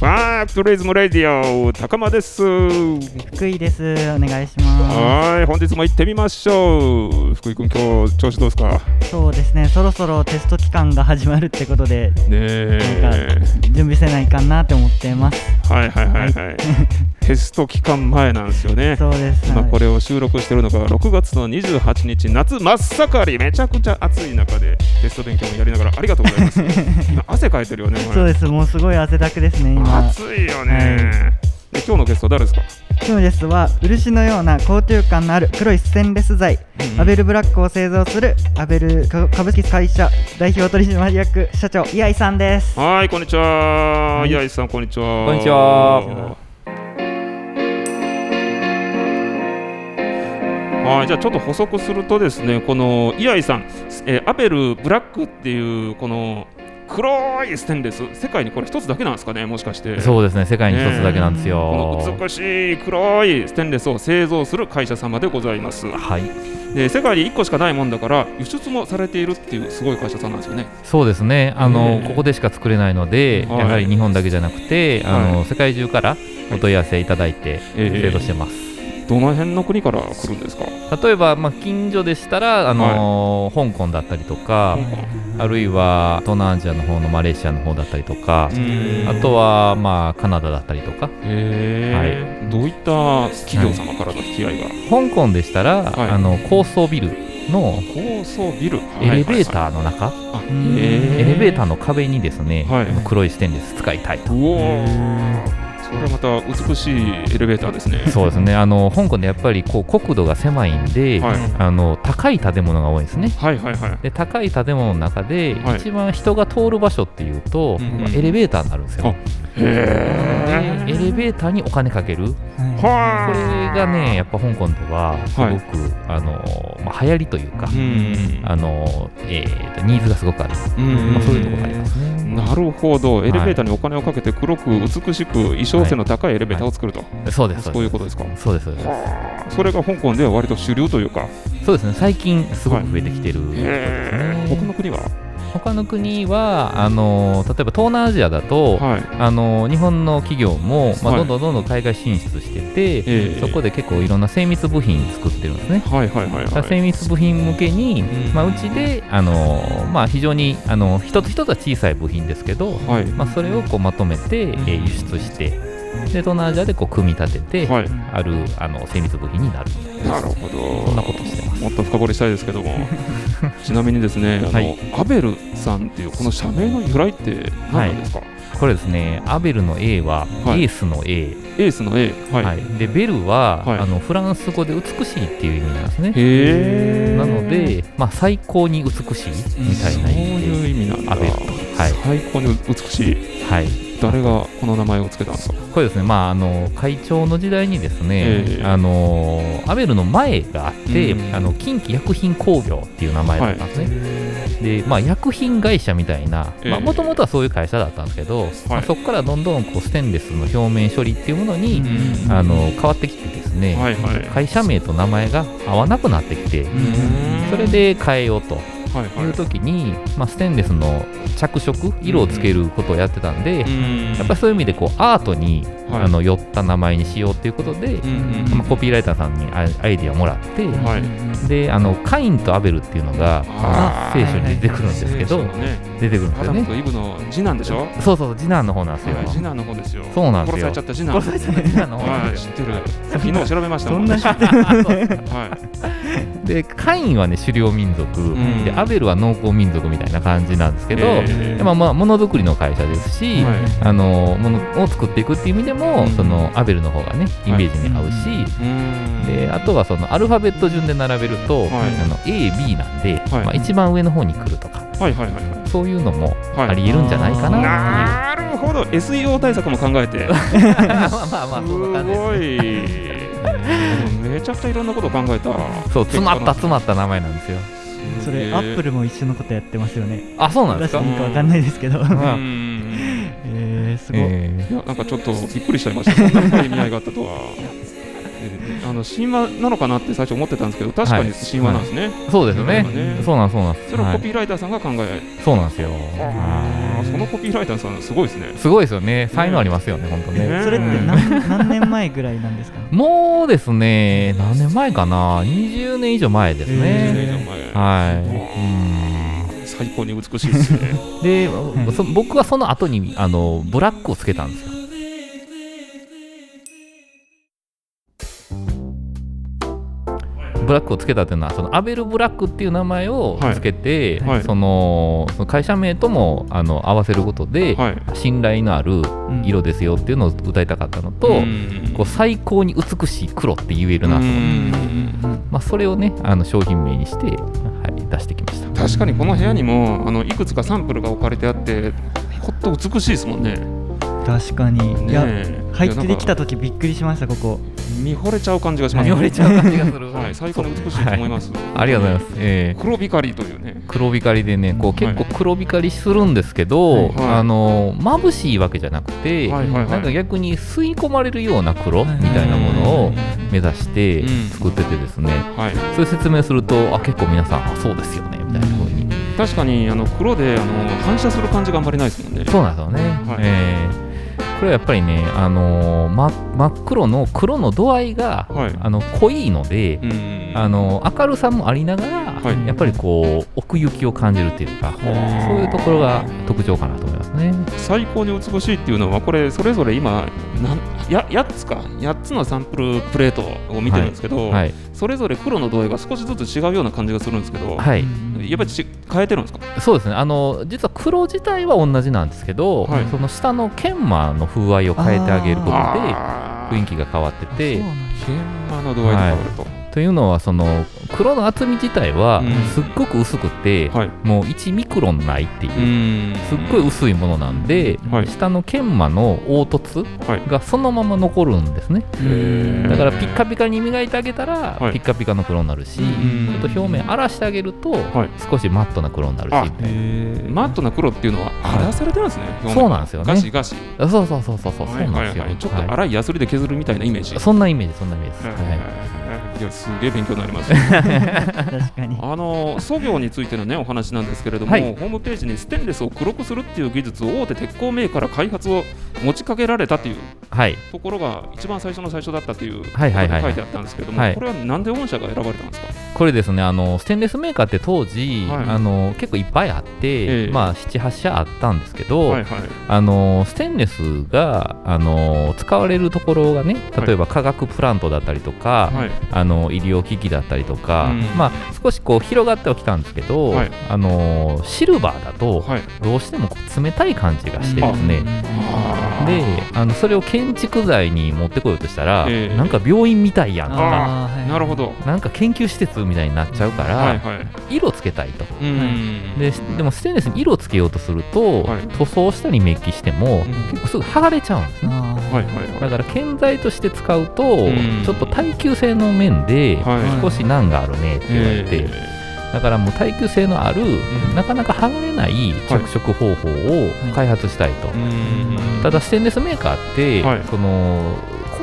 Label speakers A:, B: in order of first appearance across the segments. A: はい、プリズムレディオ高間です。
B: 福井です。お願いします。
A: はい、本日も行ってみましょう。福井君、今日調子どうですか。
B: そうですね。そろそろテスト期間が始まるってことで、
A: ね
B: 準備せないかなって思ってます。
A: はいはいはい はい。テスト期間前なんですよね。
B: そうです。
A: 今これを収録してるのが6月の28日、夏真っ盛り、めちゃくちゃ暑い中でテスト勉強もやりながらありがとうございます。 汗かいてるよね。
B: そうです。もうすごい汗だくですね。今。
A: 暑いよね、はい、今日のゲストは誰ですか
B: 今日のゲストは漆のような高級感のある黒いステンレス材、うんうん、アベルブラックを製造するアベル株式会社代表取締役社長岩井さんです
A: はいこんにちは、はい、岩井さんこんにちは
C: こんにちは
A: はい、じゃあちょっと補足するとですねこの岩井さん、えー、アベルブラックっていうこの黒いステンレス、世界にこれ一つだけなんですかね、もしかして。
C: そうですね、世界に一つだけなんですよ。
A: この美しい黒いステンレスを製造する会社様でございます。
C: はい。
A: で世界に1個しかないもんだから輸出もされているっていうすごい会社さんなんですよね。
C: そうですね。あのここでしか作れないので、やはり日本だけじゃなくて、あの、はい、世界中からお問い合わせいただいて製造してます。
A: どの辺の国から来るんですか、
C: 例えば、まあ、近所でしたら、あのーはい、香港だったりとか、あるいは東南アジアの方のマレーシアの方だったりとか、あとは、まあ、カナダだったりとか、はい
A: どういった企業様からの引き合いが、
C: はい、香港でしたら、はい、あの高層ビルの
A: 高層ビル
C: エレベーターの中、エレベーターの壁にですね、黒いステンレス使いたいと。
A: これまた美しいエレベーターですね。
C: そうですね。あの香港でやっぱりこう国土が狭いんで、はい、あの高い建物が多いんですね。
A: はいはいはい。
C: で高い建物の中で、はい、一番人が通る場所っていうと、うんうん、エレベーターになるんですよ。
A: へ
C: でエレベーターにお金かける。、
A: はい
C: これがねやっぱ香港ではすごく、はい、あのまあ流行りというか、うん、あのえー、とニーズがすごくある。まあそういうところがありますね。
A: なるほど。エレベーターにお金をかけて黒く美しく衣装性の高いエレベーターを作ると、
C: そうです
A: そういうことですか
C: そうです
A: それが香港では割と主流というか
C: そうですね最近すごく増えてきてる、
A: 他の国は
C: 他の国はあの例えば東南アジアだと、あの日本の企業も、まあ、どんどんどんどん海外進出してて、そこで結構いろんな精密部品作ってるんですね、
A: はいはいはい
C: 精密部品向けに、まあ、うちであの、まあ、非常にあの一つ一つは小さい部品ですけど、まあ、それをこうまとめて、えー、輸出してで東南アジアでこう組み立てて、はい、あるあの精密部品になるみたい
A: ななるほど
C: そんなことしてます、
A: もっと深掘りしたいですけどもちなみにですねあの、はい、アベルさんっていうこの社名の由来って何なんですか、はい
C: これですねアベルの A は、エースの A
A: エースの A、
C: はいでベルは、あのフランス語で美しいっていう意味なんですね
A: へ
C: なので、まあ、最高に美しいみたいな
A: 意味でそういう意味なんだ
C: アベルと、
A: はい、最高に美しい、
C: はい、
A: 誰がこの名前をつけたんですか
C: これですね、まあ、あの会長の時代にですね、えー、あのアベルの前があって、うん、あの近畿薬品工業っていう名前だったんですね、はい、でまあ、薬品会社みたいなもともとはそういう会社だったんですけど、はい、まあ、そこからどんどんこうステンレスの表面処理っていうものに、うん、あの変わってきてですね、はいはい、会社名と名前が合わなくなってきて、うん、それで変えようと。はいはい、いう時に、まあ、ステンレスの着色色をつけることをやってたんで、うん、やっぱりそういう意味でこうアートに、はい、あの寄った名前にしようということで、まあ、コピーライターさんにアイディアをもらって、はい、であのカインとアベルっていうのが、まあ、聖書に出てくるんですけど、ね、出てくるんですよね。
A: イブの次男でしょ
C: そうそう次男の方なんですよ、
A: 次男の方ですよ
C: そうなんです
A: よ殺されちゃった次男
C: 殺されちゃった次男の方
A: なんですよ、 知ってる昨日調べましたもんね。
C: はいでカインはね狩猟民族、うん、でアベルは農耕民族みたいな感じなんですけど、えー、まあまあものづくりの会社ですし、はい、あのものを作っていくっていう意味でも、うん、そのアベルの方がねイメージに合うし、はい、であとはそのアルファベット順で並べると、はい、あの AB なんで、まあ、一番上の方に来るとか、そういうのもありえるんじゃない
A: な
C: か
A: っていう、なるほど SEO 対策も考えて
C: まあまあまあそんな感じです、ね
A: めちゃくちゃいろんなこと考えた
C: そう詰まった詰まった名前なんですよ
B: それアップルも一緒のことやってますよね
C: あそうなんですか
B: 確かにかかんないですけど えー、すごい,、
A: えー、いやなんかちょっとびっくりしちゃいましたそんな意味合いがあったとはあの神話なのかなって最初思ってたんですけど確かに神話なんですね、
C: そうですね
A: そうだね
C: そうなんそうなんです
A: それを
C: は
A: コ
C: い
A: ピーライターさんが考え、
C: そうなんですよ
A: あ
C: は
A: ー
C: い
A: そのコピーライターさんすごいですね
C: すごいですよね才能ありますよね本当
A: ね
C: ね
B: それって何何年前ぐらいなんですかね
C: もうですね何年前かな20年以上前です
A: 10
C: ね
A: 年以上前
C: はいうん
A: 最高に美しいですね
C: で、
B: ん
C: そ僕はその後にあのブラックをつけたんですよブラックをつけたっていうのはそのアベル・ブラックっていう名前をつけて、
A: はいはい
C: そのその会社名ともあの合わせることで、
A: はい
C: 信頼のある
B: うん
C: 色ですよっていうのを歌いたかったのと、
A: うん
C: こう最高に美しい黒って言えるなと、
A: うん
C: まあ、それをねあの商品名にして、はい、出してきました
A: 確かにこの部屋にもあのいくつかサンプルが置かれてあってほっと美しいですもんね
B: 確かに、いや
A: ねえ
B: 入っ
A: いやな
B: てきた
A: んか
B: 時びっくりしましたここ
A: 見惚れちゃう感じがします、ね、
C: れちゃう感じがする
A: はい、最高に美しいと思います、
C: ありがとうございます、えー
A: 黒光りというね
C: 黒光りでねこう結構黒光りするんですけ
A: は
C: ど、
A: い
C: あの眩しいわけじゃなくて、
A: はいはいはい
C: なんか逆に吸い込まれるような黒みたいなものを目指して
A: うん
C: 作っててですね、
A: はい
C: それ説明するとあ結構皆さんあそうですよねみたいな風に
A: 確かにあの黒であの反射する感じがあんまりないですもんね
C: そうなんですよね、
A: はい
C: えーこれはやっぱりね、あのーま、真っ黒の黒の度合いが、
A: はい
C: あの濃いので、
A: うん
C: あの明るさもありながら、
A: はい
C: やっぱりこう奥行きを感じるっていうか、そういうところが特徴かなと思いますね。
A: 最高に美しいっていうのはこれそれぞれ今なんや8つか8つのサンプルプレートを見てるんですけど、
C: はい、
A: それぞれ黒の度合いが少しずつ違うような感じがするんですけど、
C: はい、
A: やっぱりち変えてるんですか
C: そうですね。あの実は黒自体は同じなんですけど、
A: はい
C: その下の研磨の風合いを変えてあげることで
A: あー
C: 雰囲気が変わってて、
A: 研磨の度合いに変わると、
C: というのはその黒の厚み自体は
A: うん
C: すっごく薄くて、
A: はい
C: もう1ミクロンないっていう。
A: ん
C: すっごい薄いものなんで、
A: はい
C: 下の研磨の凹凸
A: はい
C: がそのまま残るんですね。
A: へー
C: だからピッカピカに磨いてあげたら、
A: はい
C: ピッカピカの黒になるし、
A: ん
C: ちょっと表面荒らしてあげると、
A: はい
C: 少しマットな黒になるし
A: あ
C: みたい
A: マットな黒っていうのは荒らされてるんですね、
C: な
A: 表面
C: そうなんですよ
A: ガシ
C: ね。
A: ガシ
C: あそうそうそうそうそう、そうなんですよ。
A: はいはいはいちょっと
C: は
A: 荒いヤスリで削るみたいなイメージ、
C: いそんなイメージ、そんなイメージです。
A: はい
C: はい
A: いやすげえ勉強になります
B: 確かに
A: あの創業についてのねお話なんですけれども、
C: はい
A: ホームページにステンレスを黒くするっていう技術を大手鉄鋼メーカーから開発を持ちかけられたという
C: はい
A: ところが一番最初の最初だったということ
C: は
A: で
C: いはいはい
A: 書いてあったんですけども、
C: はい
A: これはなんで御社が選ばれたんですか、
C: これですねあのステンレスメーカーって当時、
A: はい
C: あの結構いっぱいあって、
A: え
C: まあ、78社あったんですけど、
A: はいはい
C: あのステンレスがあの使われるところがね例えば化学プラントだったりとか、
A: はい
C: あの医療機器だったりとか、
A: うん
C: まあ、少しこう広がってはきたんですけど、
A: はい
C: あのシルバーだと
A: はい
C: どうしてもこう冷たい感じがしてですね、
A: あー
C: であのそれを建築材に持ってこようとしたら、
A: ええ
C: なんか病院みたいやんとか
B: あーはい
A: なるほど
C: なんか研究施設みたいになっちゃうから、
A: はいはい
C: 色つけたいと。
A: うん
C: ででもステンレスに色をつけようとすると、
A: はい
C: 塗装したりメッキして
A: う
C: も、
A: ん
C: 結構すぐ剥がれちゃうんですね
B: あー
A: はいはいは
C: だ
A: い
C: から建材として使うと、
A: ん
C: ちょっと耐久性の面で
A: はい
C: 少し難があるねって言われて、
A: え
C: だからもう耐久性のある、
A: ん
C: なかなか剥がれない着色方法を開発したいと、
A: ーうん
C: ただステンレスメーカーって、
A: はい
C: その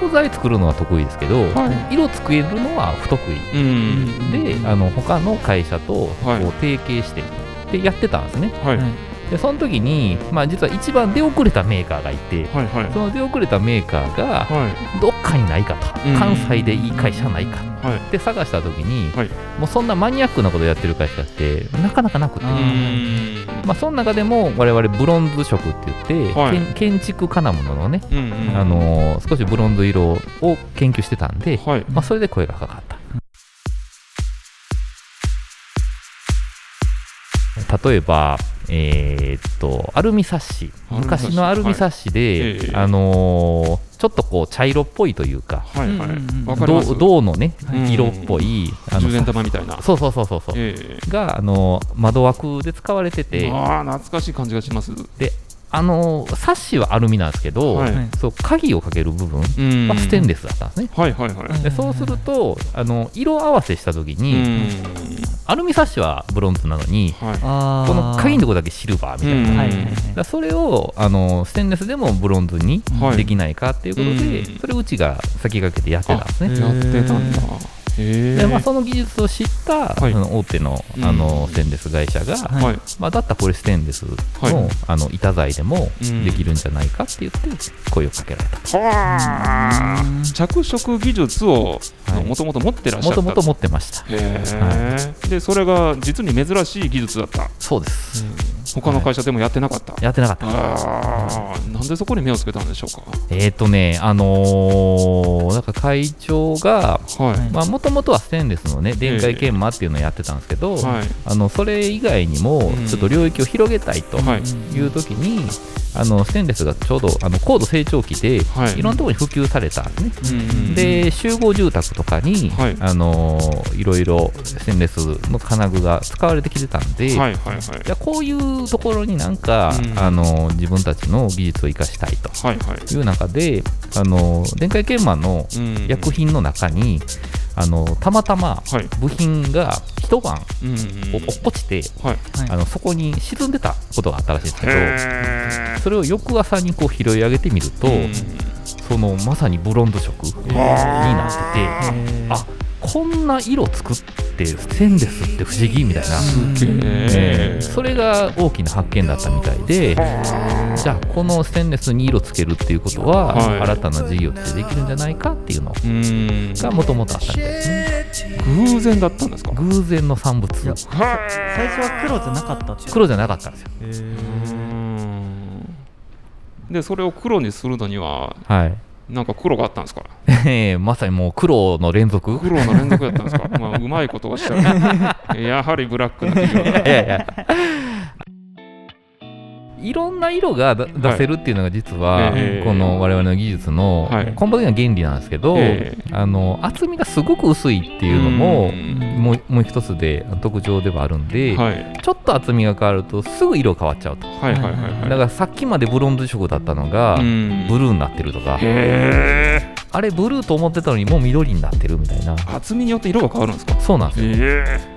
C: 鋼材作るのは得意ですけど、
A: は
C: 色作れるのは不得意
A: うん
C: であの他の会社とこう
A: はい
C: 提携して、でやってたんですね
A: はいはい
C: でその時に、まあ、実は一番出遅れたメーカーがいて
A: はいはい
C: その出遅れたメーカーが、
A: は
C: どっかにないかと、
A: うん
C: 関西でいい会社ないか
A: いはい
C: って探した時に、
A: はい
C: もうそんなマニアックなことやってる会社ってなかなかなくて、
B: あ
A: うん
C: まあ、その中でも我々ブロンズ色って言って、
A: はい
C: 建建築金物のね、
A: うんうん
C: あのー少しブロンズ色を研究してたんで、
A: はい
C: まあ、それで声がかかった。例えば、えーっとアルミサッシ
A: アルミサッシ
C: 昔のアルミサッシで、
A: はいええ
C: あのーちょっとこう茶色っぽいというか
A: はいは
B: うんうんう
A: い
B: ん
A: わかり
C: 銅
A: ます
C: 銅のね
A: うん
C: 色っぽい、あの
A: 十円玉みたいな
C: そうそうそうそうそう、
A: え
C: があの窓枠で使われて
A: え
C: て
A: ああ懐かしい感じがします
C: であのサッシはアルミなんですけど、
A: はい
C: そう鍵をかける部分
A: うん
C: はステンレスだったんですね。
A: はいはいはい。
B: うん
C: でそうするとあの色合わせした時
A: う
C: に、
A: ん
C: アルミサッシはブロンズなのに
A: はい
B: あー
C: この鍵のとこだけシルバーみた
A: う
C: いな、
A: ん
C: だか
B: はいはいはい
C: らそれをあのステンレスでもブロンズに
A: はい
C: できないかっていうことで、
A: うん
C: それをうちが先駆けてやってたんですね。
A: やってたんだ。へえ。
C: でまあ、その技術を知った、
A: はい
C: その大手の
A: うん
C: あのステンレス会社が、
B: はい
A: はい。
C: まあ、だったらこれステンレスの,、
A: はい
C: あの板材でも
A: うん
C: できるんじゃないかって言って声をかけられた
A: は
B: うん
A: あ。着色技術を
C: はい
A: もともと持ってらっしゃ
C: も
A: った。
C: ともと持ってました
A: へえ。でそれが実に珍しい技術だった。
C: そうです、
A: 他の会社でもやってなかった。
C: やってなかった
A: ああ。なんでそこに目をつけたんでしょう
C: えっ、とねあのーなんか会長が
A: か。はい。
C: まあもともとはステンレスのね電解研磨っていうのをやってたんですけど、
A: はい。
C: あのそれ以外にも
A: うん
C: ちょっと領域を広げたいと
A: はい
C: いう時に、あのステンレスがちょうどあの高度成長期で、
A: はい
C: いろんなところに普及されたんですね、
A: うん
C: で集合住宅とかに、
A: はい
C: いあのーいろいろステンレスの金具が使われてきてたんで、
A: はいいはいはい。
C: やこういうところになんか、
A: うん
C: あのー自分たちの技術を生かしたいと
A: はいはい。
C: いう中で、あのー電解研磨の
A: うん
C: 薬品の中に、あのーたまたま
A: はい
C: 部品が一晩
A: うんうん
C: 落っこちて、
A: はい。
B: はい
C: あのそこに沈んでたことがあったらしいんですけど。
A: へ
C: それを翌朝にこう拾い上げてみると、
A: え。
C: そのまさにブロンド色になってて、
B: えー
C: あこんな色作ってステンレスって不思議みたいな、
A: すげ
C: え
A: え
C: ー。それが大きな発見だったみたいでじゃあこのステンレスに色つけるっていうことは、
A: はい
C: 新たな事業としてできるんじゃないかっていうの
A: うん。
C: がもともとあったみたいですね
A: 偶然だったんですか。
C: 偶然の産物
B: いや
A: は
B: 最初は黒じゃなかったって
C: 黒じゃなかったんですよ
A: でそれを黒にするのには
C: はい
A: なんか黒があったんですか
C: えー まさにもう黒の連続
A: 黒の連続だったんですか、まあ、うまいことおっしゃるやはりブラックな企業だ
C: いやいや。いろんな色がだ出せるっていうのが実は、
A: ええ
C: この我々の技術の
A: はい
C: 根本的な原理なんですけど、
A: え
C: あの厚みがすごく薄いっていうのも
A: うん
C: もうもう一つで特徴ではあるんで、
A: はい
C: ちょっと厚みが変わるとすぐ色変わっちゃうと
A: はいはいはいはい
C: だからさっきまでブロンズ色だったのが、
A: うん
C: ブルーになってるとか
A: へえ
C: あれブルーと思ってたのにもう緑になってるみたいな
A: 厚みによって色が変わるんですか
C: そうなんですよ
A: え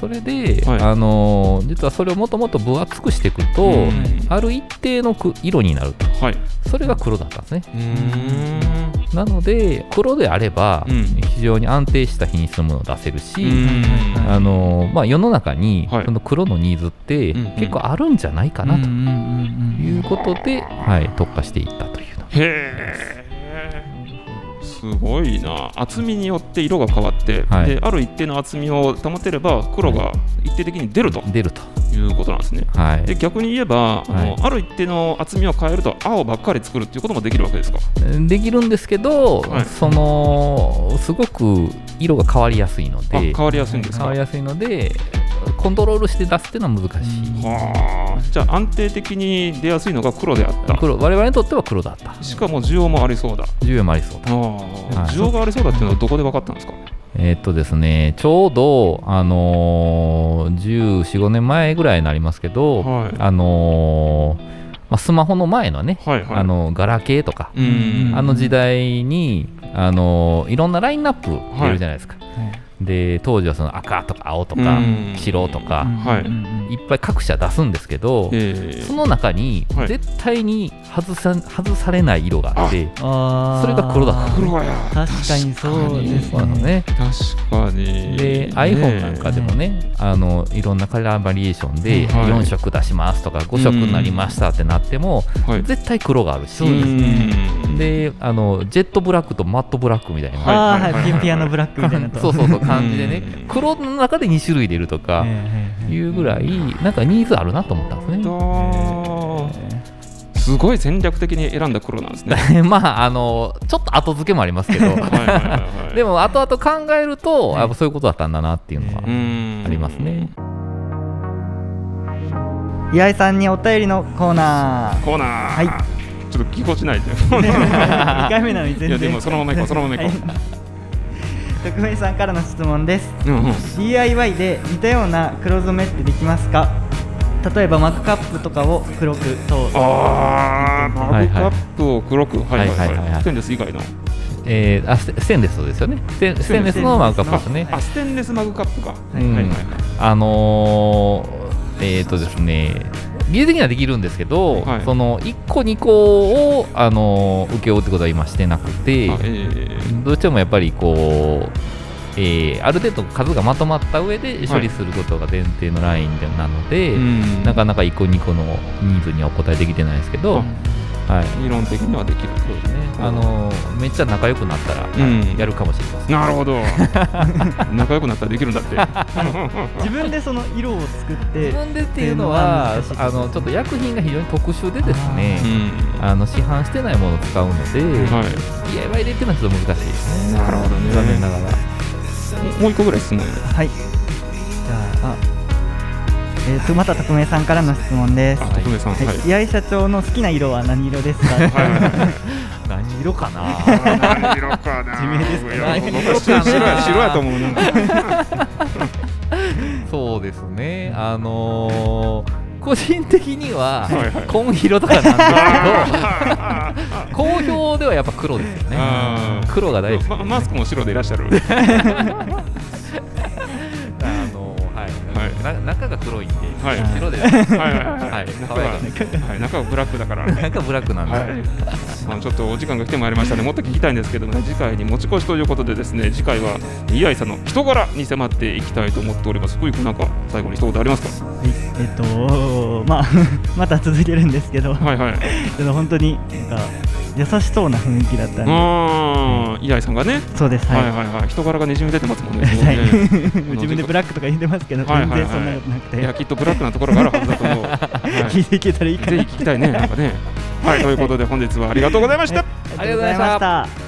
C: それで、
A: はい
C: あのー実はそれをもともと分厚くしていくと、
A: うん
C: ある一定のく色になると
A: はい
C: それが黒だったんですね
A: うーん
C: なので黒であれば、
A: うん
C: 非常に安定した品質のものを出せるし、
A: うん
C: あのーまあ、世の中に
A: はい
C: その黒のニーズって
A: うん
C: 結構あるんじゃないかな
B: うんう
C: と
B: んうんうん
C: いうことで、はい、特化していったというの
A: へえすごいな厚みによって色が変わって、
C: はい
A: である一定の厚みを保てれば黒が一定的に出ると
C: 出ると、
A: いうことなんですね。
C: は
A: で
C: い、
A: 逆に言えば、あ
C: は
A: の
C: い
A: ある一定の厚みを変えると青ばっかり作るっていうこともできるわけですか。
C: できるんですけど、
A: はい
C: そのすごく色が変わりやすいの
A: あ変
C: で
A: わりやすいんですか。
C: 変わりやすいのでコントロールして出すっていうのは難しい
A: はあじゃあ安定的に出やすいのが黒であった。
C: 黒我々にとっては黒だった
A: しかも需要もありそうだ。
C: 需要もありそう
A: あ
C: だ
A: あ
C: い
A: 需要がありそうだっていうのはどこで分かったんですか。
C: えーっとですねちょうどあのー、1415年前ぐらいになりますけど、
A: はい
C: あのーまあ、スマホの前のね、
A: はいはい。
C: あのガラケーとか、
A: うん
C: あの時代にあのーいろんなラインナップ出るじゃないですか、
B: はい
C: で当時はその赤とか青とか
A: うん
C: 白と
B: う
C: か
B: ん
A: はい
B: うんうん
C: いっぱい各社出すんですけど、
A: え
C: その中に
A: はい
C: 絶対に外さ,、外されない色があって、
B: あー
C: それが黒だから
A: 黒や
B: 確かにそうです
C: そうなの
B: ね
C: ね。
A: 確かに。
C: で、iPhone なんかでもね、あのいろんなカラーバリエーションで
A: はい
C: 4色出しますとか5色になりましたってなっても、
A: はい。
C: 絶対黒があるし、
B: そうですね
A: うん
C: であのジェットブラックとマットブラックみたいな、
A: はい
B: ああー
A: は
B: はいいピンピアのブラックみたいなと
C: そうそうそう感じでね
A: うん、
C: 黒の中で2種類出るとか
B: え
C: いうぐらい、なんかニーズあるなと思ったんですね。
A: だーすごい戦略的に選んだ黒なんですね。
C: まああのちょっと後付けもありますけど、
A: はいはいはいはい
C: でも後々考えると、やっぱそういうことだったんだなっていうのは
B: う
A: あ
C: あります。ね。
B: ー岩井さんにお便りのコーナ ー
A: コーナー、
B: はい
A: ちょっとぎこちないで。
B: 2回目なのに
A: いや
B: 全
A: で
B: 然
A: もそのまま行こう、そのまま行こ
B: 徳明さんからの質問です
A: う。うんうん
B: DIY で似たような黒染めってできますか例えばマグカップとかを黒くと
A: ああ、マ
C: はい
A: グ
C: はい
A: カップを黒く、はいはい
C: はいはいはいは
A: はいい。ステンレス以外の。
C: えーあステステンレスですよねステンステンレスのマグカップですね
A: あ、ステンレスマグカップか。
B: は
C: う
B: い
C: ん
A: はいはいはい
C: あのーえっ、とですね技術的にはできるんですけど、
A: はい
C: その1個2個を、あのー請け負うってことは今してなくて、
A: あえ
C: どうしてもやっぱりこう、えーある程度数がまとまった上で処理することが前提のラインでなので、
A: えうん
C: なかなか1個2個のニーズにはお答えできてないですけど、
A: あ
C: はい
A: 理論的にはできる。
C: そうですねあのーめっちゃ仲良くなったら、
A: うん
C: やるかもしれません。
A: なるほど。 仲良くなったらできるんだって。
B: 自分でその色を作って
C: 自分でっていうのは
B: っていうのは難しいです
C: あのちょっと薬品が非常に特殊でですね
A: う、ん。
C: あの市販してないものを使うので、
A: はい。
C: DIY でっていうのはちょっと難しいですね。
A: なるほどね
C: 残念ながら。
A: もう一個ぐらい質問。
B: はいじゃああえー、とまた匿名さんからの質問です
A: あ、徳明さん。はい。
B: はい、井社長の好きな色は何色ですか、
A: はいはいはい
C: 何色かな
A: 何色かな。
B: 地名ですか
A: いや僕は
C: 何色かな
A: 白や白やと思うな。
C: そうですね。あのー個人的には
A: はいはい
C: 紺色とかなんです
A: あー
C: けど、好評ではやっぱ黒ですよね
A: あー。
C: 黒が大好き。
A: まマスクも白でいらっしゃる。
C: あのーはい。な中が黒いんで、
A: はい
C: 白です。
A: はいはい
C: はい
A: 中
C: 爽やか
A: は、はい、中はブラックだから。はい
C: 中ブラックなんで。
A: まあ、ちょっとお時間が来てまいりましたの、で、もっと聞きたいんですけどもね、次回に持ち越しということでですね、次回はイアイさんの人柄に迫っていきたいと思っております。福井君なんか最後に一言ありますか。
B: はい、えっとまあ また続けるんですけど、
A: はいはい。
B: けど本当になんか優しそうな雰囲気だったんで
A: ああ、イアイさんがね、
B: そうです
A: は
B: はいい、
A: はいはい、人柄がにじみ出てますも んね。
B: はい自
A: 自
B: 分でブ
A: ラッ
B: ラックとか言ってますけど、
A: はい
B: 全
A: はいはい
B: 然そんなことなくて、
A: いや、きっとブラックなところがあるはずだと思う。はい
B: 聞いていけたらいいか
A: ぜひ
B: な
A: 聞きたいね、なんかね。はい、ということで、本日はありがとうございました。
B: ありがとうございました。